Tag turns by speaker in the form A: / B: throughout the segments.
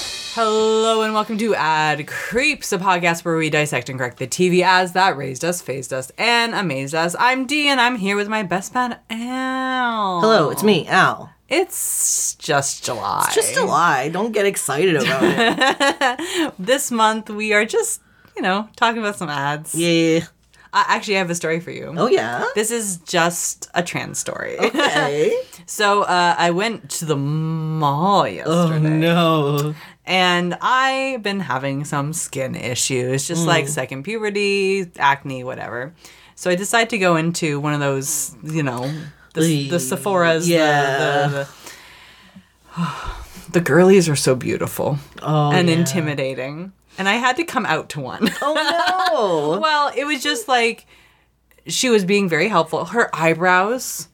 A: Hello and welcome to Ad Creeps, a podcast where we dissect and correct the TV ads that raised us, phased us, and amazed us. I'm Dee and I'm here with my best friend Al.
B: Hello, it's me, Al.
A: It's just July.
B: It's just a lie. Don't get excited about it.
A: This month we are just, you know, talking about some ads.
B: Yeah.
A: I actually I have a story for you.
B: Oh yeah.
A: This is just a trans story.
B: Okay.
A: So uh, I went to the
B: Oh,
A: mall yesterday.
B: no.
A: and I've been having some skin issues,
B: Mm.
A: just like second puberty, acne, whatever. So I decided to go into one of those, you know, the,
B: Ugh,
A: the Sephora's. the-
B: yeah.
A: The, the, the girlies are so beautiful
B: Oh.
A: and
B: yeah.
A: intimidating. And I had to come out to one.
B: Oh
A: well, it was just like she was being very helpful. Her eyebrows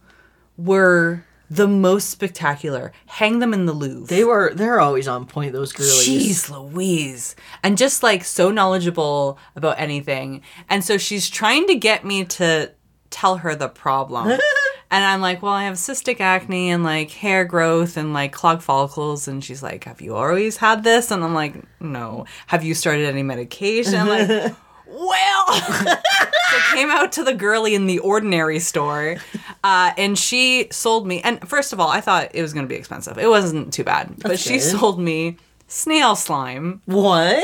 A: were the most spectacular. Hang them in the Louvre.
B: no. they were. They're always on point. Those girlies.
A: Jeez Louise. And just like so knowledgeable about anything. And so she's trying to get me to tell her the problem. and I'm like, well, I have cystic acne and like hair growth and like clogged follicles. And she's like, have you always had this? And I'm like, no. Have you started any medication? I'm like, well. I came out to the girly in the ordinary store, uh, and she sold me. And first of all, I thought it was going to be expensive. It wasn't too bad, but she
B: good.
A: sold me snail slime.
B: What?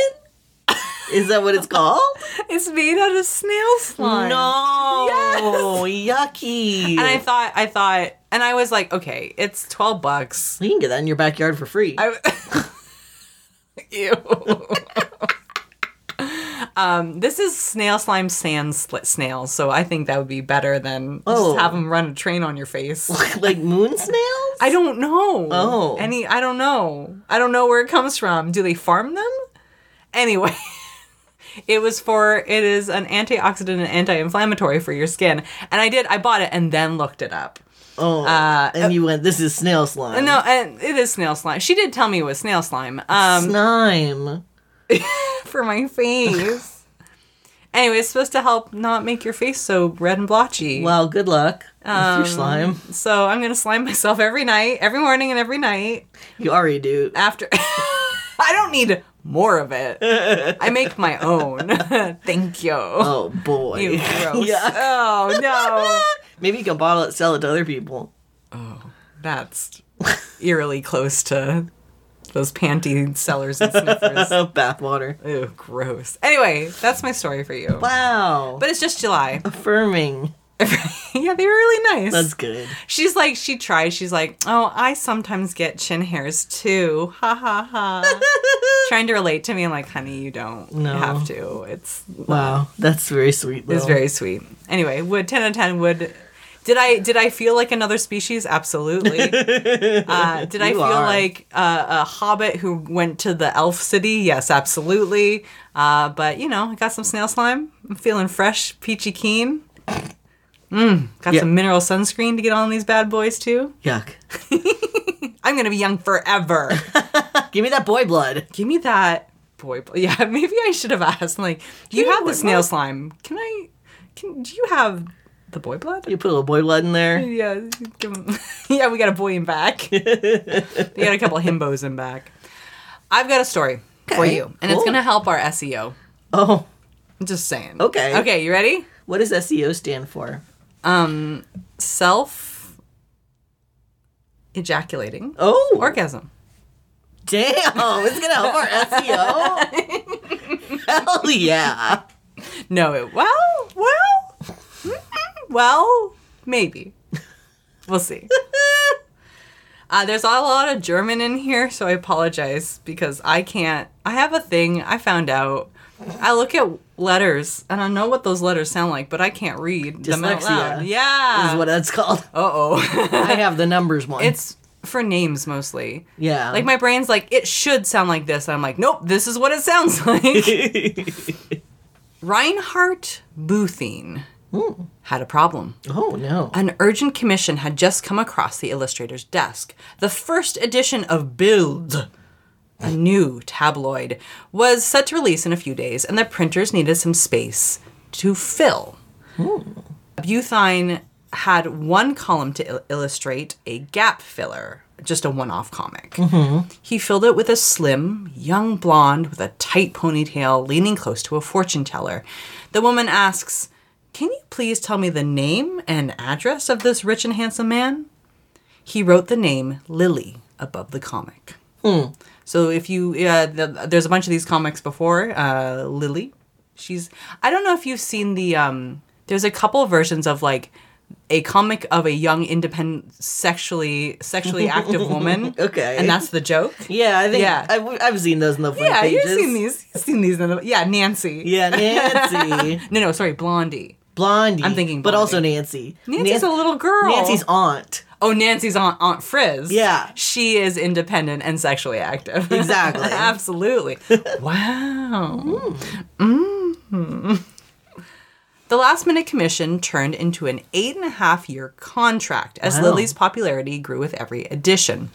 B: Is that what it's called?
A: It's made out of snail slime.
B: No. Yucky.
A: And I thought, I thought, and I was like, okay, it's twelve bucks.
B: you can get that in your backyard for free.
A: I Ew. Um, this is snail slime sand sli- snails, so I think that would be better than
B: Oh.
A: just have them run a train on your face.
B: like moon snails.
A: I don't know.
B: Oh.
A: Any I don't know. I don't know where it comes from. Do they farm them? Anyway, it was for it is an antioxidant and anti-inflammatory for your skin. And I did I bought it and then looked it up.
B: oh. and you went. This is snail slime.
A: No, and it is snail slime. She did tell me it was snail slime. Um
B: Slime.
A: for my face. anyway, it's supposed to help not make your face so red and blotchy.
B: Wow. Good luck with your slime.
A: so I'm gonna slime myself every night, every morning and every night.
B: You already do.
A: after I don't need more of it. I make my own. Thank you.
B: Oh boy.
A: You gross.
B: Yeah.
A: Oh no.
B: Maybe you can bottle it, sell it to other people.
A: That's eerily close to those panty sellers and sniffers.
B: Oh, bathwater.
A: Ew, gross. Anyway, that's my story for you.
B: Wow.
A: But it's just July.
B: Affirming.
A: yeah, they were really nice.
B: That's good.
A: She's like, she tries. She's like, oh, I sometimes get chin hairs too. Ha ha ha. Trying to relate to me. I'm like, honey, you don't
B: No.
A: have to. It's
B: Wow. That's very sweet.
A: It was
B: though.
A: very sweet. Anyway, would ten out of ten would. Did I did I feel like another species? Absolutely. Uh, did I
B: You
A: feel
B: are.
A: like uh, a hobbit who went to the elf city? Yes, absolutely. Uh, but you know, I got some snail slime. I'm feeling fresh, peachy keen. Mm, got
B: Yeah.
A: some mineral sunscreen to get on these bad boys too.
B: Yuck.
A: I'm gonna be young forever.
B: Give me that boy blood.
A: Give me that boy. bl- Yeah, maybe I should have asked. Like, do you
B: You
A: have
B: know
A: the
B: what?
A: snail slime? Can I? Can do you have the boy blood?
B: You put a little boy blood in there.
A: Yeah, give him- yeah, we got a boy in back. we got a couple himbos in back. I've got a story for
B: Okay,
A: you, and it's
B: cool.
A: gonna help our SEO.
B: Oh,
A: I'm just saying.
B: Okay.
A: Okay, you ready?
B: what does SEO stand for?
A: Um, self ejaculating
B: Oh,
A: orgasm.
B: damn. It's going to help our SEO. Hell yeah.
A: No, it well, well, mm, well, maybe. We'll see. Uh, there's not a lot of German in here, so I apologize because I can't. I have a thing I found out. I look at letters and I know what those letters sound like, but I can't read them out
B: Dyslexia
A: loud. Yeah.
B: Is what that's called.
A: uh oh.
B: I have the numbers one.
A: it's for names mostly.
B: yeah.
A: Like my brain's like, it should sound like this. And I'm like, nope, this is what it sounds like. Reinhard Boothine
B: Hmm.
A: had a problem.
B: oh no.
A: An urgent commission had just come across the illustrator's desk. The first edition of Bild, a new tabloid, was set to release in a few days, and the printers needed some space to fill. Buthine had one column to il- illustrate a gap filler, just a one off comic. He filled it with a slim, young blonde with a tight ponytail leaning close to a fortune teller. The woman asks, Can you please tell me the name and address of this rich and handsome man? He wrote the name Lily above the comic. So if you, uh, the, there's a bunch of these comics before. Uh, Lily, she's. I don't know if you've seen the. Um, there's a couple versions of like a comic of a young independent sexually sexually active woman.
B: Okay.
A: and that's the joke.
B: Yeah, I think
A: Yeah.
B: I, have seen those in the front
A: Yeah,
B: pages.
A: you've seen these. You've seen these. In the, yeah, Nancy.
B: Yeah, Nancy,
A: No, no, sorry, Blondie.
B: Blondie.
A: I'm thinking
B: but also
A: Blondie.
B: Nancy.
A: Nancy's
B: Nan-
A: a little girl.
B: Nancy's aunt.
A: oh, Nancy's aunt, Aunt Frizz.
B: Yeah.
A: she is independent and sexually active.
B: Exactly.
A: Absolutely. wow. Mhm. The last minute commission turned into an eight and a half year contract as
B: Wow.
A: Lily's popularity grew with every edition.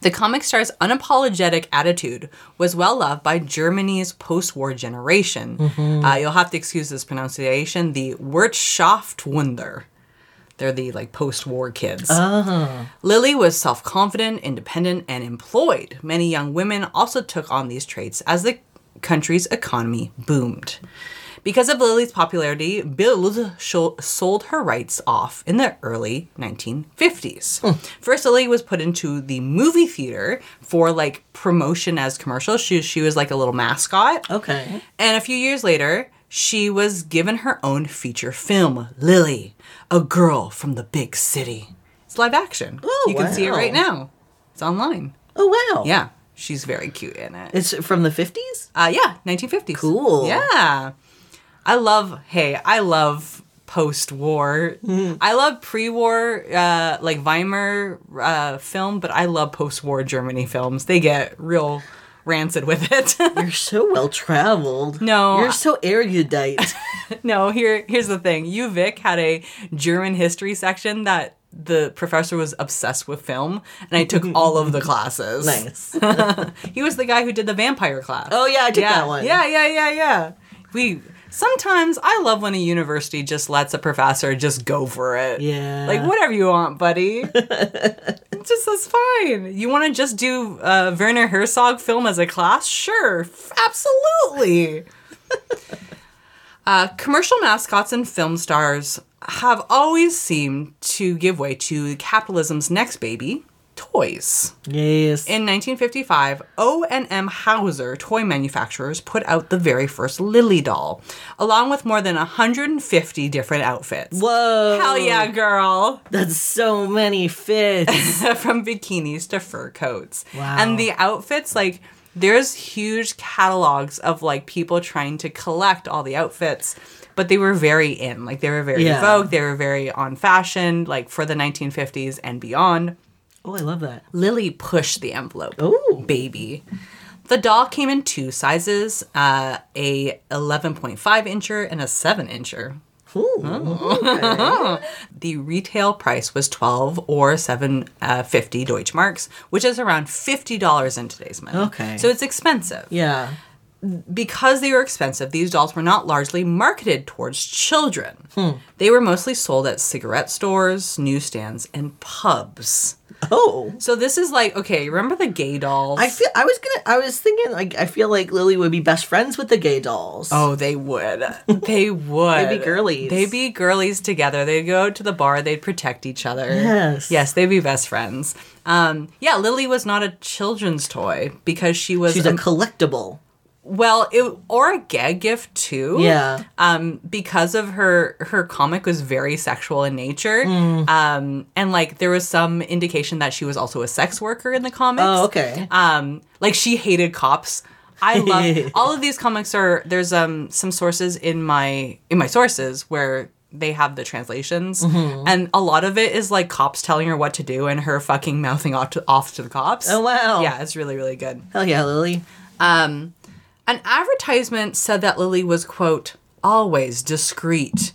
A: The comic star's unapologetic attitude was well loved by Germany's post war generation.
B: Mm-hmm.
A: Uh, you'll have to excuse this pronunciation the Wirtschaftswunder. They're the like post war kids. Lily was self confident, independent, and employed. Many young women also took on these traits as the country's economy boomed. Because of Lily's popularity, Bild sho- sold her rights off in the early 1950s. First, Lily was put into the movie theater for like promotion as commercial. She, she was like a little mascot.
B: Okay.
A: And a few years later, she was given her own feature film, Lily, a girl from the big city. It's live action.
B: Oh,
A: you can see it
B: wow.
A: right now. It's online.
B: Oh wow.
A: Yeah, she's very cute in it.
B: It's from the fifties.
A: Uh, yeah, 1950s.
B: Cool.
A: Yeah. I love, hey, I love post war.
B: Hmm.
A: I love pre war, uh, like Weimar uh, film, but I love post war Germany films. They get real rancid with it.
B: You're so well traveled.
A: No, I-
B: You're so erudite.
A: No, here here's the thing. You Vic had a German history section that the professor was obsessed with film, and I took all of the classes.
B: nice.
A: He was the guy who did the vampire class.
B: Oh yeah, I took
A: yeah,
B: that one.
A: yeah, yeah, yeah, yeah. We sometimes I love when a university just lets a professor just go for it.
B: Yeah.
A: like whatever you want, buddy. It's just that's fine. You want to just do uh, Werner Herzog film as a class? Sure, f- absolutely. Uh, commercial mascots and film stars have always seemed to give way to capitalism's next baby, toys.
B: Yes.
A: In 1955, O&M Hauser toy manufacturers put out the very first Lily doll, along with more than 150 different outfits.
B: Whoa.
A: Hell yeah, girl!
B: That's so many fits.
A: From bikinis to fur coats.
B: Wow.
A: And the outfits, like, there's huge catalogs of like people trying to collect all the outfits, but they were very in. Like, they were very
B: Yeah.
A: vogue, they were very on fashion, like for the 1950s and beyond.
B: oh, I love that.
A: Lily pushed the envelope.
B: Oh.
A: baby. The doll came in two sizes, uh, a 11.5 incher and a 7 incher. Oh. The retail price was 12 or uh, 750 Deutschmarks, which is around $50 in today's money.
B: Okay.
A: So it's expensive.
B: Yeah.
A: Because they were expensive, these dolls were not largely marketed towards children.
B: Hmm.
A: They were mostly sold at cigarette stores, newsstands, and pubs.
B: Oh.
A: So this is like, okay, remember the gay dolls?
B: I feel I was gonna I was thinking like I feel like Lily would be best friends with the gay dolls.
A: Oh, they would. They would.
B: They'd be girlies.
A: They'd be girlies together. They'd go to the bar. They'd protect each other.
B: Yes.
A: Yes, they'd be best friends. Um, yeah, Lily was not a children's toy because she was
B: She's a collectible.
A: well, it, or a gag gift too.
B: Yeah.
A: Um, because of her her comic was very sexual in nature.
B: Mm.
A: Um, and like there was some indication that she was also a sex worker in the comics.
B: Oh, okay.
A: Um, like she hated cops. I love all of these comics are there's um some sources in my in my sources where they have the translations
B: Mm-hmm.
A: and a lot of it is like cops telling her what to do and her fucking mouthing off to, off to the cops.
B: Oh, wow.
A: Yeah, it's really really good.
B: Hell yeah, Lily.
A: An advertisement said that Lily was, quote, always discreet,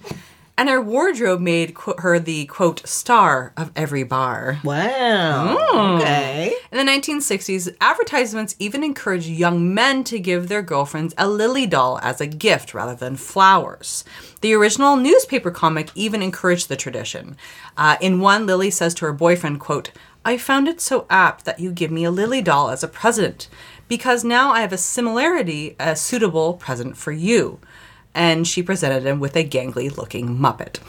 A: and her wardrobe made qu- her the, quote, star of every bar.
B: Wow. Okay.
A: In the 1960s, advertisements even encouraged young men to give their girlfriends a Lily doll as a gift rather than flowers. The original newspaper comic even encouraged the tradition. Uh, in one, Lily says to her boyfriend, quote, I found it so apt that you give me a lily doll as a present, because now I have a similarity, a suitable present for you. And she presented him with a gangly looking Muppet.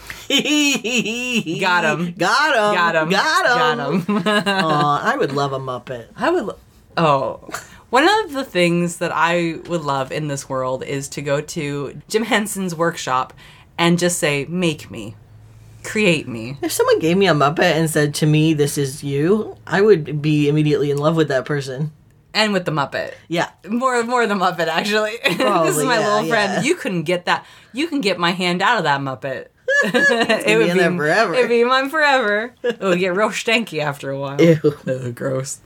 B: Got
A: him.
B: Got
A: Got him.
B: him. Got him.
A: Got him.
B: Aw, I would love a Muppet.
A: I would. Lo- oh. One of the things that I would love in this world is to go to Jim Henson's workshop and just say, make me, create me.
B: If someone gave me a Muppet and said to me, "This is you," I would be immediately in love with that person.
A: And with the Muppet.
B: Yeah.
A: More, more the Muppet, actually. this is my
B: Probably, yeah,
A: little friend.
B: yeah.
A: You couldn't get that. You can get my hand out of that Muppet. it
B: be in there forever.
A: It'd be mine forever. It would get real stanky after a while.
B: Ew.
A: Ugh, gross.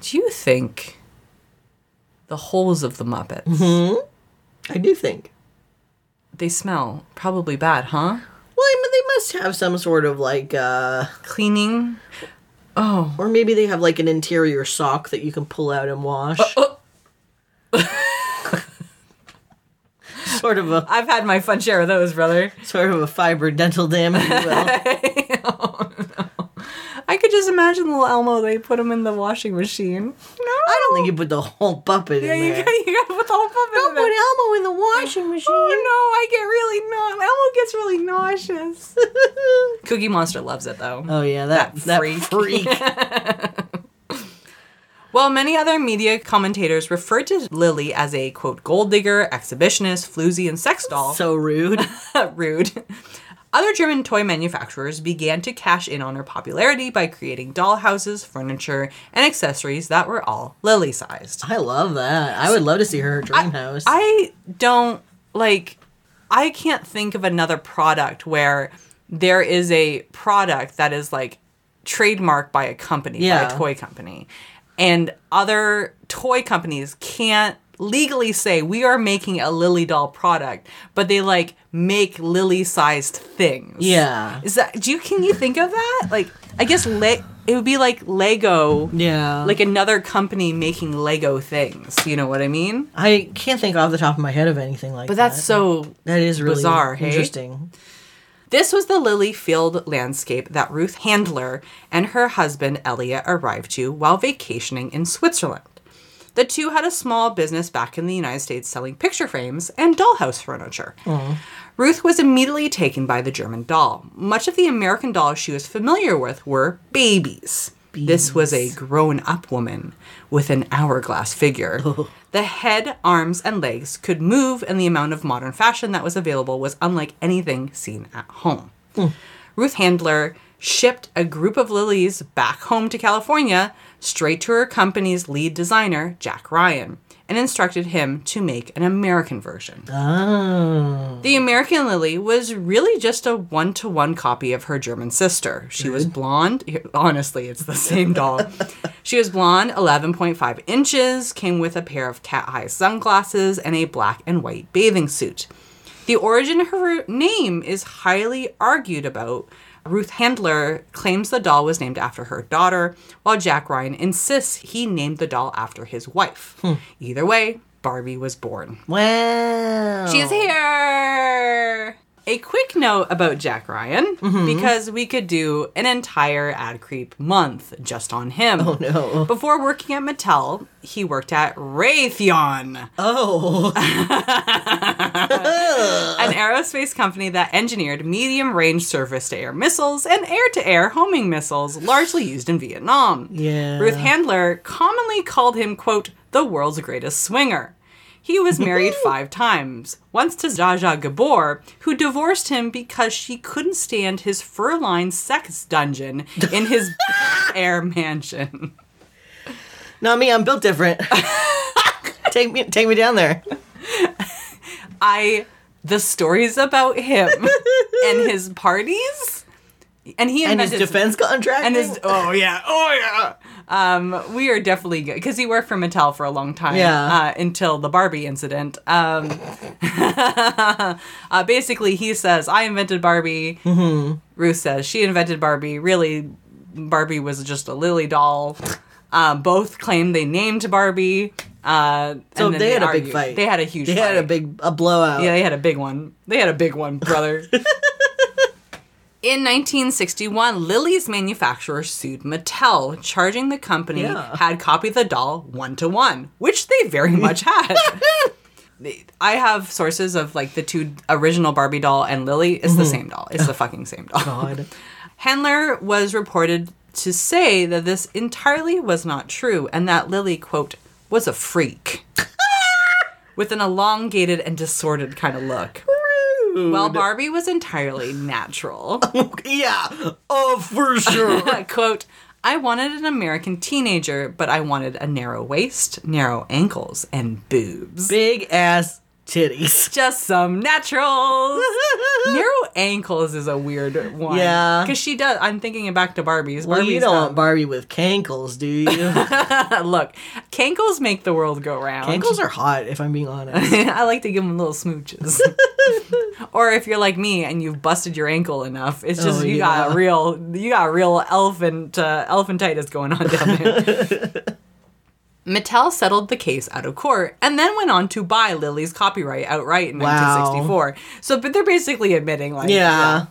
A: Do you think the holes of the Muppets?
B: I do think.
A: They smell probably bad, huh?
B: Well, I mean, they must have some sort of like, uh,
A: Cleaning. Oh,
B: or maybe they have like an interior sock that you can pull out and wash.
A: oh.
B: sort of a
A: I've had my fun share of those, brother.
B: sort of a fiber dental dam, if you will.
A: I could just imagine little Elmo. They put him in the washing machine. No,
B: I don't think you put the whole puppet
A: Yeah,
B: in
A: you
B: there.
A: got you got to put the whole puppet
B: Don't
A: in
B: put
A: there.
B: Elmo in the washing machine.
A: Oh no, I get really nauseous. Elmo gets really nauseous. Cookie Monster loves it though.
B: Oh yeah, that
A: That
B: that
A: freak.
B: freak.
A: While many other media commentators referred to Lily as a quote gold digger, exhibitionist, floozy, and sex doll.
B: so rude.
A: Rude. Other German toy manufacturers began to cash in on her popularity by creating dollhouses, furniture, and accessories that were all Lily sized.
B: I love that. I would love to see her dream house.
A: I don't like, I can't think of another product where there is a product that is like trademarked by a company,
B: Yeah.
A: by a toy company, and other toy companies can't legally say we are making a lily doll product but they like make lily sized things
B: yeah.
A: Is that do you can you think of that? Like I guess le- it would be like Lego,
B: Yeah.
A: like another company making Lego things. You know what I mean?
B: I can't think off the top of my head of anything like
A: But
B: that.
A: that's so.
B: that is really
A: bizarre, hey?
B: interesting.
A: This was the lily field landscape that Ruth Handler and her husband Elia arrived to while vacationing in Switzerland. The two had a small business back in the United States selling picture frames and dollhouse furniture. Ruth was immediately taken by the German doll. Much of the American dolls she was familiar with were babies. This was a grown up woman with an hourglass figure. The head, arms, and legs could move, and the amount of modern fashion that was available was unlike anything seen at home. Ruth Handler shipped a group of lilies back home to California straight to her company's lead designer, Jack Ryan, and instructed him to make an American version.
B: Oh.
A: The American Lily was really just a one to one copy of her German sister. She was blonde. Honestly, it's the same doll. She was blonde, 11.5 inches, came with a pair of cat eye sunglasses, and a black and white bathing suit. The origin of her name is highly argued about. Ruth Handler claims the doll was named after her daughter, while Jack Ryan insists he named the doll after his wife. Either way, Barbie was born.
B: Wow.
A: She's here. Mm-hmm. A quick note about Jack Ryan because we could do an entire ad creep month just on him. Oh
B: no.
A: Before working at Mattel, he worked at Raytheon,
B: Oh.
A: an aerospace company that engineered medium-range surface-to-air missiles and air-to-air homing missiles largely used in Vietnam.
B: Yeah.
A: Ruth Handler commonly called him, quote, the world's greatest swinger. He was married five times, once to Zaja Gabor, who divorced him because she couldn't stand his fur lined sex dungeon in his air mansion.
B: Not me. I'm built different. take me. Take me down there.
A: I, the stories about him and his parties, and he
B: And his
A: invented
B: defense contract.
A: And his oh yeah oh yeah. Um, we are definitely good because he worked for Mattel for a long time.
B: Yeah.
A: Uh, until the Barbie incident. Um, uh, basically, he says I invented Barbie. Mm-hmm. Ruth says she invented Barbie. Really, Barbie was just a Lily doll. Um, both claim they named Barbie. Uh,
B: So
A: and then
B: they had a big
A: argued.
B: fight.
A: They had a huge.
B: They
A: fight.
B: had a big a blowout.
A: Yeah, they had a big one. They had a big one, brother. In 1961, Lily's manufacturer sued Mattel, charging the company
B: Yeah.
A: had copied the doll one to one, which they very much had. I have sources of like the two original Barbie doll and Lily. It's
B: Mm-hmm.
A: the same doll. It's the fucking same doll.
B: God.
A: Handler was reported to say that this entirely was not true and that Lily, quote, was a freak. With an elongated and disordered kind of look. While Barbie was entirely natural.
B: Yeah. Oh, for sure.
A: quote, I wanted an American teenager, but I wanted a narrow waist, narrow ankles, and boobs.
B: Big ass titties.
A: Just some naturals. narrow ankles is a weird one.
B: Yeah.
A: Because she does. I'm thinking it back to Barbie's.
B: Well, you
A: Barbie's,
B: don't
A: um,
B: want Barbie with cankles, do you?
A: Look, cankles make the world go round.
B: cankles are hot, if I'm being honest.
A: I like to give them little smooches. or if you're like me and you've busted your ankle enough, it's just
B: Oh,
A: you got
B: yeah.
A: a real you got a real elephant uh, elephantitis going on down there. Mattel settled the case out of court and then went on to buy Lily's copyright outright in
B: Wow.
A: 1964. So, but they're basically admitting, like,
B: Yeah.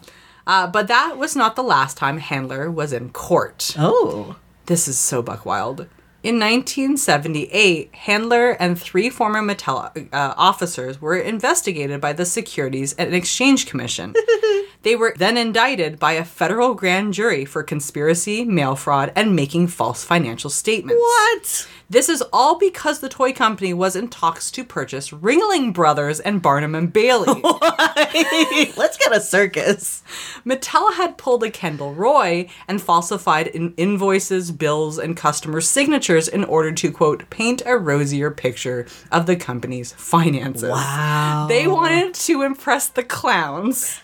A: Uh, but that was not the last time Handler was in court.
B: Oh.
A: This is so buck wild. In 1978, Handler and three former Mattel uh, officers were investigated by the Securities and Exchange Commission. they were then indicted by a federal grand jury for conspiracy, mail fraud, and making false financial statements.
B: What?
A: This is all because the toy company was in talks to purchase Ringling Brothers and Barnum and Bailey.
B: Let's get a circus.
A: Mattel had pulled a Kendall Roy and falsified in invoices, bills, and customer signatures in order to, quote, paint a rosier picture of the company's finances.
B: Wow.
A: They wanted to impress the clowns.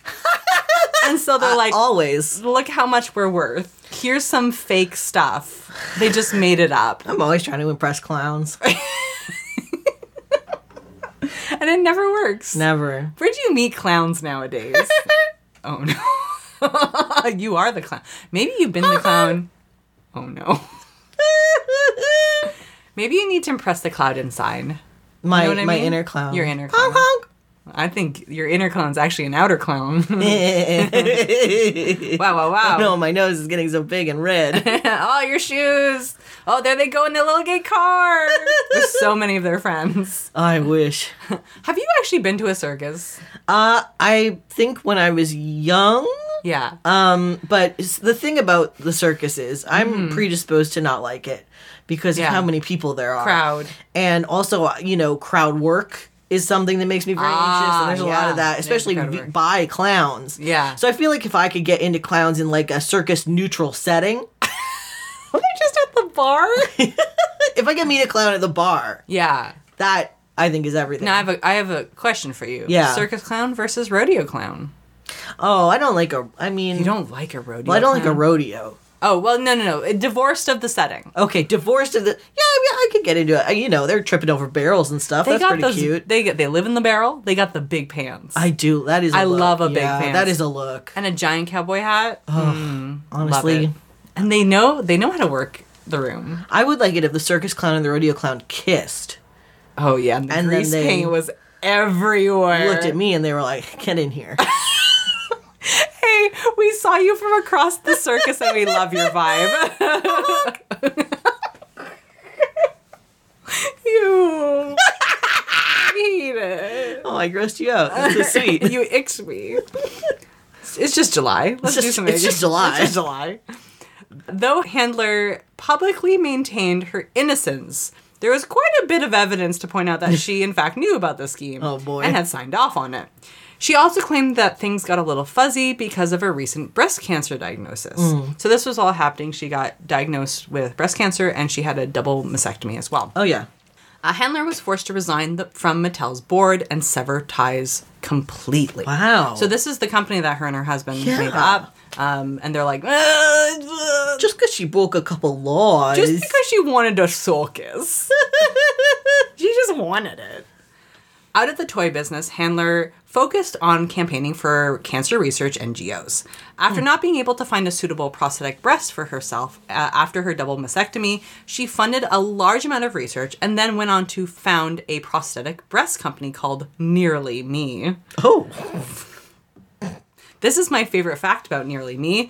A: and so they're
B: oh.
A: like,
B: Always.
A: look how much we're worth. Here's some fake stuff. They just made it up.
B: I'm always trying to impress clowns.
A: And it never works.
B: Never.
A: Where do you meet clowns nowadays? oh no. you are the clown. Maybe you've been the clown. Oh no. Maybe you need to impress the cloud inside.
B: My
A: You know what I
B: my
A: mean?
B: inner clown.
A: Your inner
B: Honk,
A: clown. I think your inner clown's actually an outer clown. wow,
B: honk.
A: wow, wow.
B: no, my nose is getting so big and red.
A: oh, your shoes. Oh, there they go in their little gay car. There's so many of their friends.
B: I wish.
A: Have you actually been to a circus?
B: Uh, I think when I was young,
A: Yeah.
B: Um, but it's the thing about the circus is I'm predisposed to not like it because
A: Mm-hmm. Yeah.
B: of how many people there are.
A: Crowd.
B: And also, uh, you know, crowd work is something that makes me very anxious.
A: Ah,
B: And there's a lot
A: yeah.
B: of that,
A: Makes
B: especially
A: crowd
B: v-
A: work.
B: by clowns.
A: Yeah.
B: So I feel like if I could get into clowns in like a circus neutral setting,
A: They're just at the bar.
B: if I could meet a clown at the bar,
A: yeah.
B: that I think is everything.
A: Now I have a I have a question for you.
B: Yeah.
A: Circus clown versus rodeo clown.
B: oh, I don't like a. I mean,
A: You don't like a rodeo.
B: well, I don't like a
A: clown?
B: rodeo.
A: Oh well, no, no, no. Divorced of the setting.
B: Okay, divorced of the. Yeah, I mean, I could get into it. Uh, You know, they're tripping over barrels and stuff.
A: They
B: That's
A: got
B: pretty
A: those.
B: cute.
A: They get. They live in the barrel. They got the big pants
B: I do. That is. I
A: I love a big pants.
B: That is a look.
A: and a giant cowboy hat.
B: Oh.
A: Mm,
B: honestly.
A: love it. and they know they know how to work the room.
B: I would like it if the circus clown and the rodeo clown kissed,
A: Oh yeah, and the
B: And then
A: grease
B: they-
A: paint was everywhere.
B: looked at me, and they were like, "Get in here."
A: Hey, we saw you from across the circus, and we love your vibe. you. I hate it.
B: oh, I grossed you out. That's so sweet.
A: you icks me. It's just July. Let's
B: just-
A: do something.
B: it's just July.
A: It's just July. Though Handler publicly maintained her innocence, there was quite a bit of evidence to point out that she, in fact, knew about the scheme.
B: Oh, boy.
A: And had signed off on it. She also claimed that things got a little fuzzy because of her recent breast cancer diagnosis.
B: Mm.
A: So this was all happening. She got diagnosed with breast cancer, and she had a double mastectomy as well.
B: Oh yeah.
A: Uh, Handler was forced to resign the, from Mattel's board and sever ties completely.
B: Wow.
A: So this is the company that her and her husband
B: Yeah.
A: made up, um, and they're like, "Uh,
B: just because she broke a couple laws.
A: just because she wanted a circus, she just wanted it. Out of the toy business, Handler focused on campaigning for cancer research NGOs. After not being able to find a suitable prosthetic breast for herself uh, after her double mastectomy, she funded a large amount of research and then went on to found a prosthetic breast company called Nearly Me.
B: oh,
A: This is my favorite fact about Nearly Me.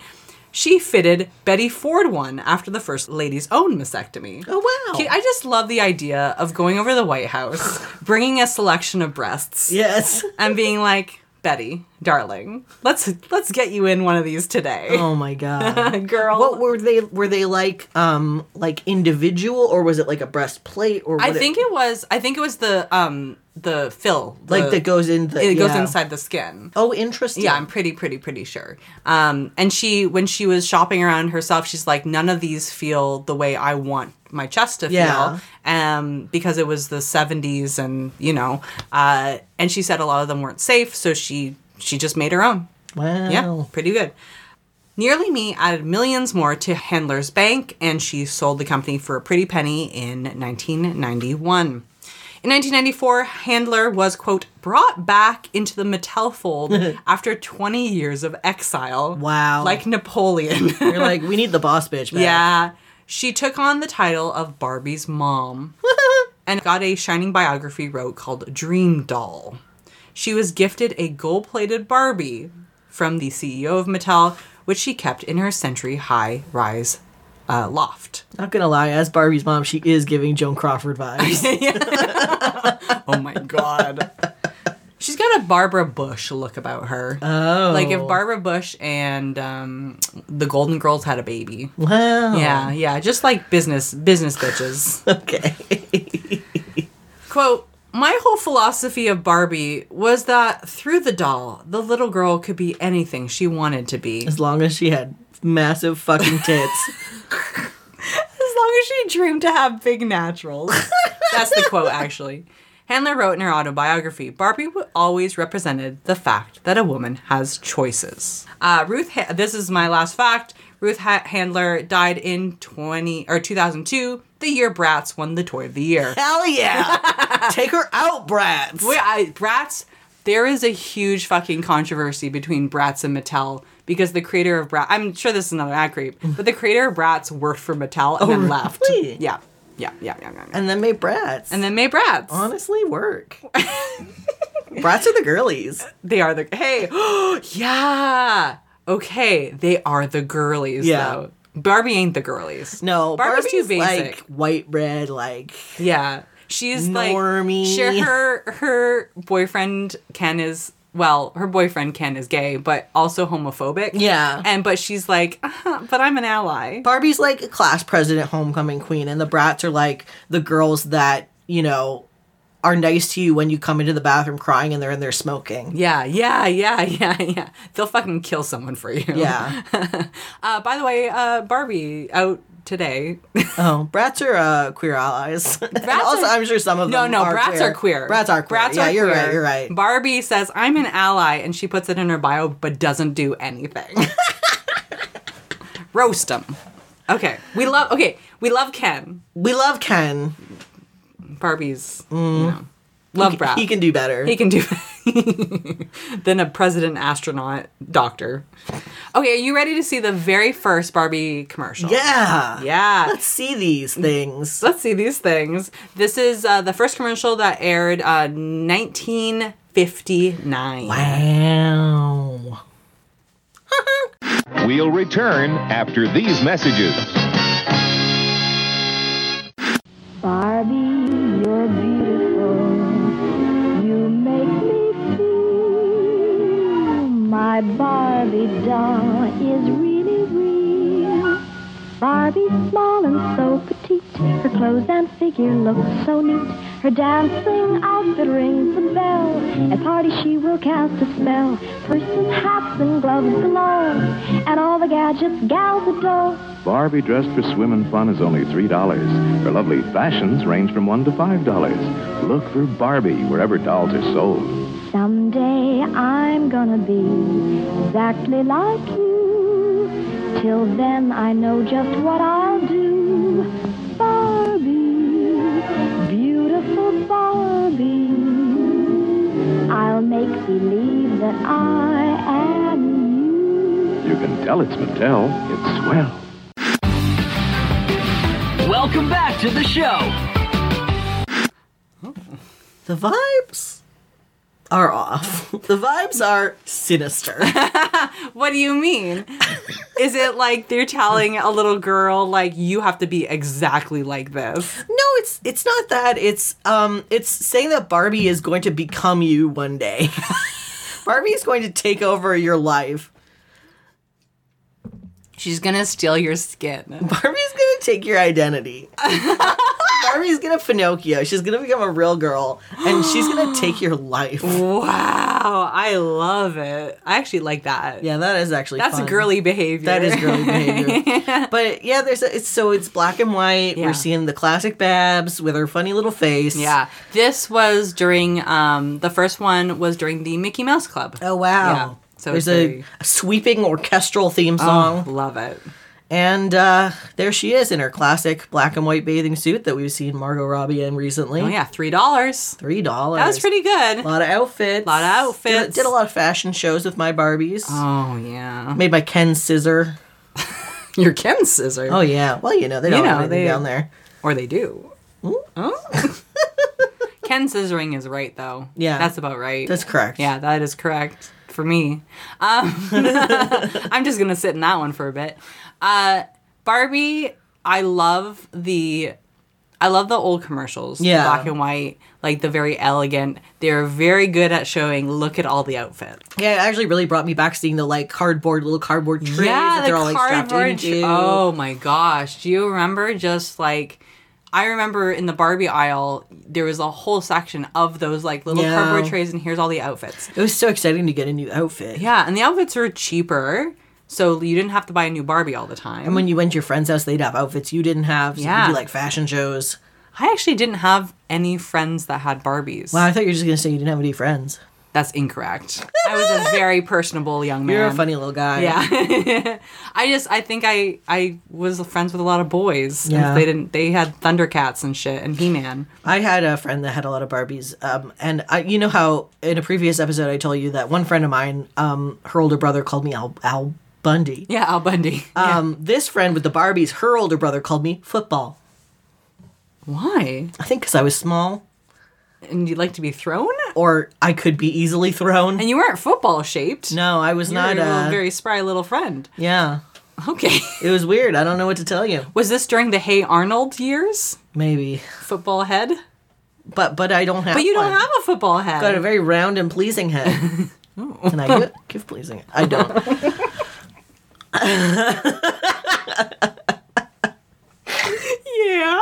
A: She fitted Betty Ford one after the first lady's own mastectomy.
B: Oh, wow.
A: Kate, I just love the idea of going over to the White House, bringing a selection of breasts,
B: yes.
A: and being like, "Betty, darling, let's let's get you in one of these today,
B: Oh my god.
A: girl."
B: What were they? Were they like, um, like individual, or was it like a breastplate, or
A: I
B: what it-
A: think it was. I think it was the um the fill,
B: like that goes in the
A: it goes
B: yeah.
A: inside the skin.
B: Oh, interesting.
A: Yeah, I'm pretty, pretty, pretty sure. Um, and she, when she was shopping around herself, she's like, none of these feel the way I want my chest to
B: Yeah.
A: feel, um, because it was the '70s, and you know, uh, and she said a lot of them weren't safe, so she she just made her own.
B: wow.
A: Yeah, pretty good. Nearly Me added millions more to Handler's Bank, and she sold the company for a pretty penny in 1991. In 1994, Handler was, quote, brought back into the Mattel fold after 20 years of exile.
B: Wow.
A: Like Napoleon.
B: You're like, we need the boss bitch. Back.
A: yeah. She took on the title of Barbie's mom and got a shining biography wrote called Dream Doll. She was gifted a gold plated Barbie from the CEO of Mattel, which she kept in her century high rise uh, loft.
B: Not gonna lie, as Barbie's mom, she is giving Joan Crawford vibes.
A: Oh my God. She's got a Barbara Bush look about her.
B: oh,
A: Like if Barbara Bush and um, the Golden Girls had a baby.
B: wow.
A: Yeah, yeah, just like business business bitches.
B: Okay.
A: Quote, my whole philosophy of Barbie was that through the doll, the little girl could be anything she wanted to be.
B: As long as she had massive fucking tits.
A: As long as she dreamed to have big naturals. That's the quote, actually. Handler wrote in her autobiography Barbie w- always represented the fact that a woman has choices. Uh, Ruth, ha- this is my last fact. Ruth ha- Handler died in 20 or 2002, the year Bratz won the Toy of the Year.
B: Hell yeah! Take her out, brats.
A: Wait, I, Bratz, there is a huge fucking controversy between Bratz and Mattel because the creator of Bratz, I'm sure this is another ad creep, but the creator of Bratz worked for Mattel and then left.
B: Mm. Oh, really?
A: Yeah. Yeah, yeah, yeah, yeah. yeah.
B: and then make brats.
A: And then May Bratz.
B: honestly, work. brats are the girlies.
A: They are the hey, yeah. Okay, they are the girlies
B: Yeah.
A: though. Barbie ain't the girlies.
B: No,
A: Barbie's, too basic.
B: like white bread, like
A: yeah, she's
B: Normie.
A: like share her her boyfriend Ken is well, her boyfriend Ken is gay, but also homophobic.
B: Yeah.
A: and but she's like, uh-huh, but I'm an ally.
B: Barbie's like a class president, homecoming queen, and the brats are like the girls that you know are nice to you when you come into the bathroom crying and they're in there smoking.
A: Yeah, yeah, yeah, yeah, yeah. They'll fucking kill someone for you.
B: Yeah.
A: Uh, by the way, uh, Barbie out today.
B: oh, brats are uh, queer allies. and
A: Brats
B: also,
A: are-
B: I'm sure some of
A: No,
B: them.
A: Oh, no,
B: are
A: brats
B: queer.
A: are queer.
B: Brats are queer.
A: Brats
B: yeah,
A: are
B: you're
A: queer.
B: right. You're right.
A: Barbie says, I'm an ally, and she puts it in her bio, but doesn't do anything. Roast them. Okay. We love, okay, we love Ken.
B: we love Ken.
A: Barbie's, you know, love Brad.
B: Mm. He can do better.
A: He can do than a president astronaut doctor. Okay, are you ready to see the very first Barbie commercial?
B: yeah.
A: Yeah.
B: Let's see these things.
A: let's see these things. This is uh, the first commercial that aired uh, 1959.
B: Wow.
C: We'll return after these messages.
D: Barbie, you're beautiful. You make me feel my Barbie doll is really real. Barbie's small and so petite. Her clothes and figure look so neat. Her dancing outfit rings a bell. At parties she will cast a spell. Purses, hats, and gloves galore. And all the gadgets gals adore.
C: Barbie dressed for swim and fun is only $3. Her lovely fashions range from 1 to $5. Look for Barbie wherever dolls are sold.
D: Someday I'm gonna be exactly like you. Till then I know just what I'll do. Barbie, beautiful Barbie. I'll make believe that I am you.
C: You can tell it's Mattel. It's swell.
E: Welcome back to the show.
B: The vibes. are off. The vibes are sinister.
A: What do you mean? Is it like they're telling a little girl like you have to be exactly like this?
B: No, it's it's not that. It's um it's saying that Barbie is going to become you one day. Barbie is going to take over your life.
A: She's gonna steal your skin.
B: Barbie's going to take your identity. Barbie's going to Pinocchio. She's going to become a real girl and she's going to take your life.
A: Wow, I love it. I actually like that.
B: Yeah, that is actually
A: That's
B: fun.
A: girly behavior.
B: That is girly behavior. But yeah, there's a, it's so it's black and white.
A: Yeah.
B: We're seeing the classic Babs with her funny little face.
A: Yeah. This was during um the first one was during the Mickey Mouse Club.
B: Oh wow.
A: Yeah. So
B: there's
A: it's
B: a,
A: very-
B: sweeping orchestral theme
A: Oh,
B: song,
A: love it.
B: and uh, there she is in her classic black and white bathing suit that we've seen Margot Robbie in recently.
A: Oh yeah, three dollars.
B: three dollars.
A: That was pretty
B: A
A: good.
B: lot of outfits.
A: Lot of outfits.
B: Did, did a lot of fashion shows with my Barbies.
A: Oh yeah.
B: Made by Ken Scissor.
A: Your Ken scissor.
B: Oh yeah. Well, you know they
A: You
B: don't
A: know,
B: have anything
A: they-
B: down there.
A: Or they do. Oh. Ken scissoring is right though.
B: Yeah.
A: That's about right.
B: That's correct.
A: Yeah, that is correct for me. Um, I'm just gonna sit in that one for a bit. Uh, Barbie, I love the, I love the old commercials. the
B: Yeah.
A: black and white, like the very elegant. They're very good at showing. Look at all the outfits.
B: Yeah, it actually really brought me back seeing the like cardboard little cardboard trays that they're all like strapped
A: cardboard
B: into.
A: tr- Oh my gosh! Do you remember just like? I remember in the Barbie aisle, there was a whole section of those like little
B: Yeah.
A: cardboard trays, and here's all the outfits.
B: It was so exciting to get a new outfit.
A: Yeah, and the outfits are cheaper, so you didn't have to buy a new Barbie all the time.
B: And when you went to your friend's house, they'd have outfits you didn't have. So yeah.
A: Yeah.
B: You do like fashion shows.
A: I actually didn't have any friends that had Barbies.
B: Wow, I thought you were just gonna say you didn't have any friends.
A: That's incorrect. I was a very personable young man.
B: You're a funny little guy.
A: Yeah. I just I think I I was friends with a lot of boys. and
B: Yeah.
A: They didn't they had Thundercats and shit and He Man.
B: I had a friend that had a lot of Barbies. Um, and I, you know how in a previous episode I told you that one friend of mine, um, her older brother called me Al, Al Bundy.
A: Yeah, Al Bundy.
B: Um, this friend with the Barbies, her older brother called me football.
A: Why?
B: I think because I was small,
A: And you'd like to be thrown?
B: or I could be easily thrown.
A: And you weren't football shaped.
B: No, I was
A: You're
B: not.
A: a little,
B: uh,
A: very spry little friend.
B: yeah,
A: Okay.
B: it was weird. I don't know what to tell you.
A: Was this during the Hey Arnold years?
B: Maybe,
A: Football head?
B: but but I don't have.
A: But you don't
B: one.
A: have a football head.
B: got a very round and pleasing head. Can I give, give pleasing? I don't.
A: Yeah.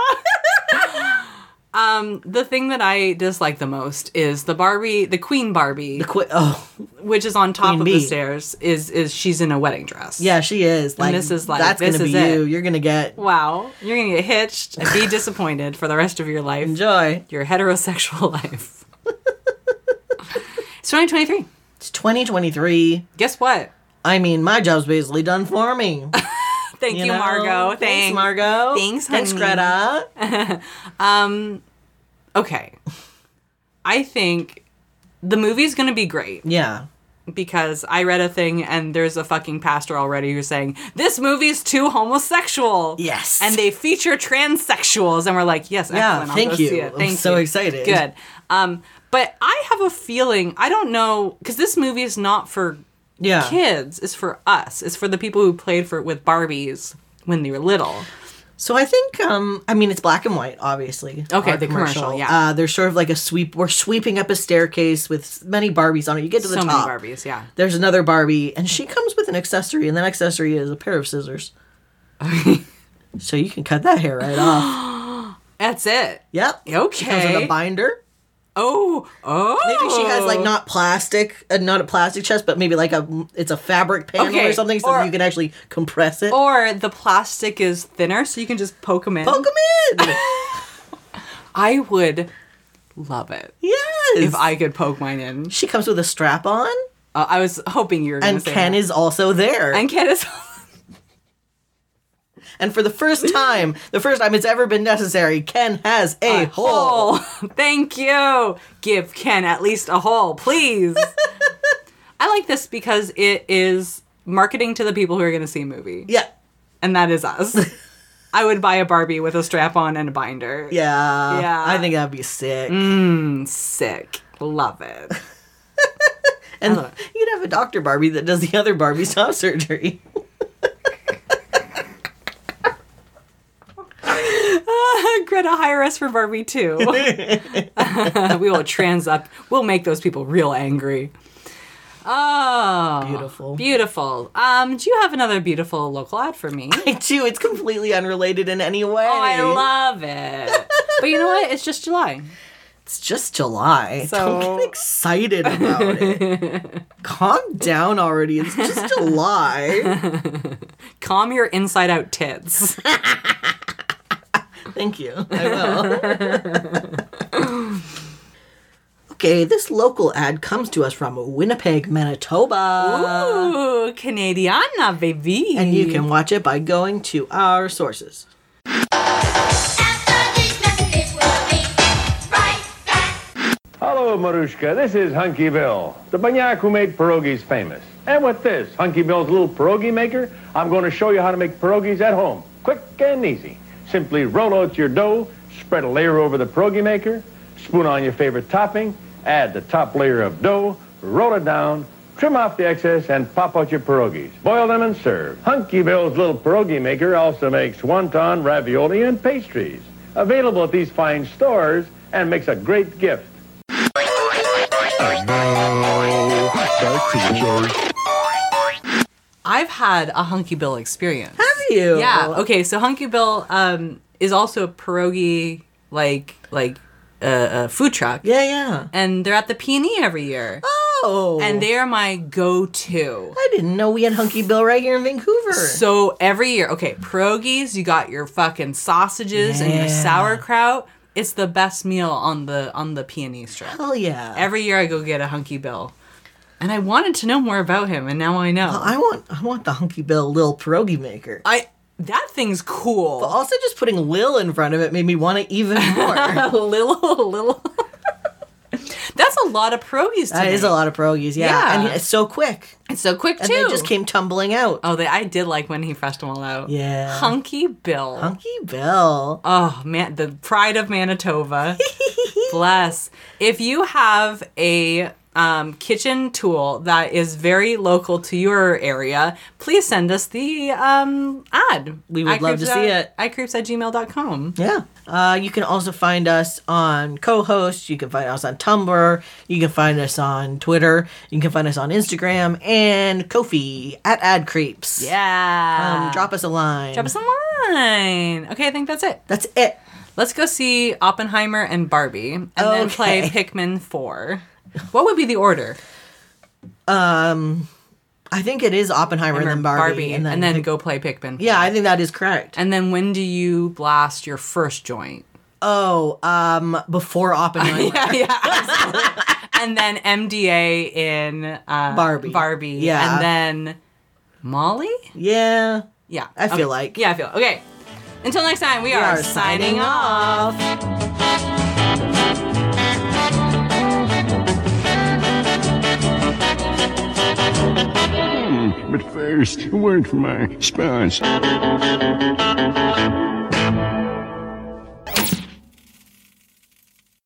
A: um, the thing that I dislike the most is the Barbie, the Queen Barbie,
B: Quit. Oh,
A: which is on top
B: Queen
A: of
B: bee.
A: the stairs. Is is she's in a wedding dress?
B: yeah, she is. Like
A: this is like,
B: that's
A: this
B: gonna
A: is
B: be
A: it.
B: you. You're gonna get
A: Wow, you're gonna get hitched and be disappointed for the rest of your life.
B: enjoy.
A: Your heterosexual life. it's 2023.
B: It's 2023.
A: Guess what?
B: I mean, my job's basically done for me.
A: Thank you,
B: know?
A: Margot. Thanks.
B: Thanks, Margot.
A: Thanks,
B: Thanks,
A: honey.
B: Greta.
A: Okay. I think the movie's gonna be great.
B: Yeah.
A: because I read a thing and there's a fucking pastor already who's saying this movie's too homosexual.
B: Yes.
A: and they feature transsexuals, and we're like, yes,
B: Yeah,
A: excellent, I'll
B: thank
A: go
B: you.
A: See it.
B: I'm
A: Thank
B: so
A: you.
B: excited.
A: Good. Um, but I have a feeling I don't know because this movie is not for
B: Yeah.
A: kids; it's for us. It's for the people who played for with Barbies when they were little.
B: So I think um I mean it's black and white obviously.
A: Okay,
B: our
A: the commercial, yeah.
B: Uh there's sort of like a sweep we're sweeping up a staircase with s- many Barbies on it. You get to the
A: so
B: top.
A: many Barbies, yeah.
B: There's another Barbie and she comes with an accessory and that accessory is a pair of scissors. so you can cut that hair right off.
A: That's it.
B: Yep. She comes with
A: Okay.
B: a binder.
A: Oh, oh.
B: Maybe she has like not plastic, uh, not a plastic chest, but maybe like a it's a fabric panel
A: Okay,
B: or something so
A: or-
B: you can actually compress it.
A: Or the plastic is thinner, so you can just poke them in.
B: Poke 'em in.
A: I would love it
B: yes.
A: if I could poke mine in.
B: she comes with a strap on
A: Uh, I was hoping you were going to
B: and
A: say
B: Ken
A: that.
B: is also there.
A: and Ken is
B: And for the first time, the first time it's ever been necessary, Ken has a, hole.
A: hole. Thank you. Give Ken at least a hole, please. I like this because it is marketing to the people who are going to see a movie,
B: Yeah.
A: and that is us. I would buy a Barbie with a strap on and a binder.
B: Yeah.
A: Yeah. Mm,
B: I think that'd be sick.
A: Sick. Love it.
B: And
A: love it.
B: you'd have a Dr. Barbie that does the other Barbie's top surgery.
A: Greta, hire us for Barbie too. we will trans up. We'll make those people real angry. Oh,
B: Beautiful.
A: beautiful. Um, do you have another beautiful local ad for me?
B: I do. It's completely unrelated in any way.
A: Oh, I love it. but you know what? It's just July.
B: It's just July.
A: So-
B: Don't get excited about it. Calm down already. It's just July.
A: Calm your inside out tits.
B: Thank you. I will. okay, this local ad comes to us from Winnipeg, Manitoba.
A: Ooh, Canadiana, baby.
B: And you can watch it by going to our sources.
E: After these messages, we'll be right back.
F: Hello, Marushka. This is Hunky Bill, the banyak who made pierogies famous. And with this, Hunky Bill's little pierogi maker, I'm going to show you how to make pierogies at home, quick and easy. Simply roll out your dough, spread a layer over the pierogi maker, spoon on your favorite topping, add the top layer of dough, roll it down, trim off the excess, and pop out your pierogies. Boil them and serve. Hunky Bill's little pierogi maker also makes wonton, ravioli, and pastries. Available at these fine stores and makes a great gift.
A: I've had a Hunky Bill experience.
B: Have you?
A: Yeah. Okay. So Hunky Bill um, is also a pierogi like like uh, uh, food truck.
B: Yeah, yeah.
A: And they're at the Peony every year.
B: Oh.
A: And they are my go-to.
B: I didn't know we had Hunky Bill right here in Vancouver.
A: So every year, okay, pierogies. You got your fucking sausages and your
B: Yeah.
A: sauerkraut. It's the best meal on the on the Peony strip.
B: Hell yeah.
A: Every year I go get a Hunky Bill, and I wanted to know more about him, and now I know.
B: I want I want the Hunky Bill Lil pierogi maker.
A: I that thing's cool.
B: But also just putting Lil in front of it made me want it even more.
A: little little that's a lot of pierogies to
B: that is a
A: make.
B: lot of pierogies, yeah.
A: Yeah.
B: And it's so quick.
A: it's so quick
B: And
A: too
B: they just came tumbling out.
A: oh they i did like when he fresh them all out
B: Yeah.
A: hunky bill
B: Hunky Bill.
A: oh man the pride of manitoba bless if you have a um, kitchen tool that is very local to your area please send us the um, ad
B: We would love to see it.
A: icreeps at gmail.com
B: Yeah. Uh, you can also find us on co-host. You can find us on Tumblr. You can find us on Twitter. You can find us on Instagram and Kofi at Ad Creeps.
A: yeah
B: Um, drop us a line.
A: drop us a line okay i think that's it
B: That's it.
A: Let's go see Oppenheimer and Barbie and then play
B: Okay.
A: Pikmin 4. What would be the order?
B: I think it is Oppenheimer and then Barbie,
A: and then, go play Pikmin. 4.
B: yeah, I think that is correct.
A: And then when do you blast your first joint?
B: Oh, um, before Oppenheimer.
A: Yeah, yeah. and then MDA in uh,
B: Barbie.
A: Barbie.
B: Yeah.
A: And then Molly?
B: Yeah.
A: Yeah.
B: I feel
A: Okay.
B: like.
A: Yeah, I feel. Okay. Until next time, we, are,
B: are
A: signing,
B: signing
A: off.
G: But first, a word from our sponsor.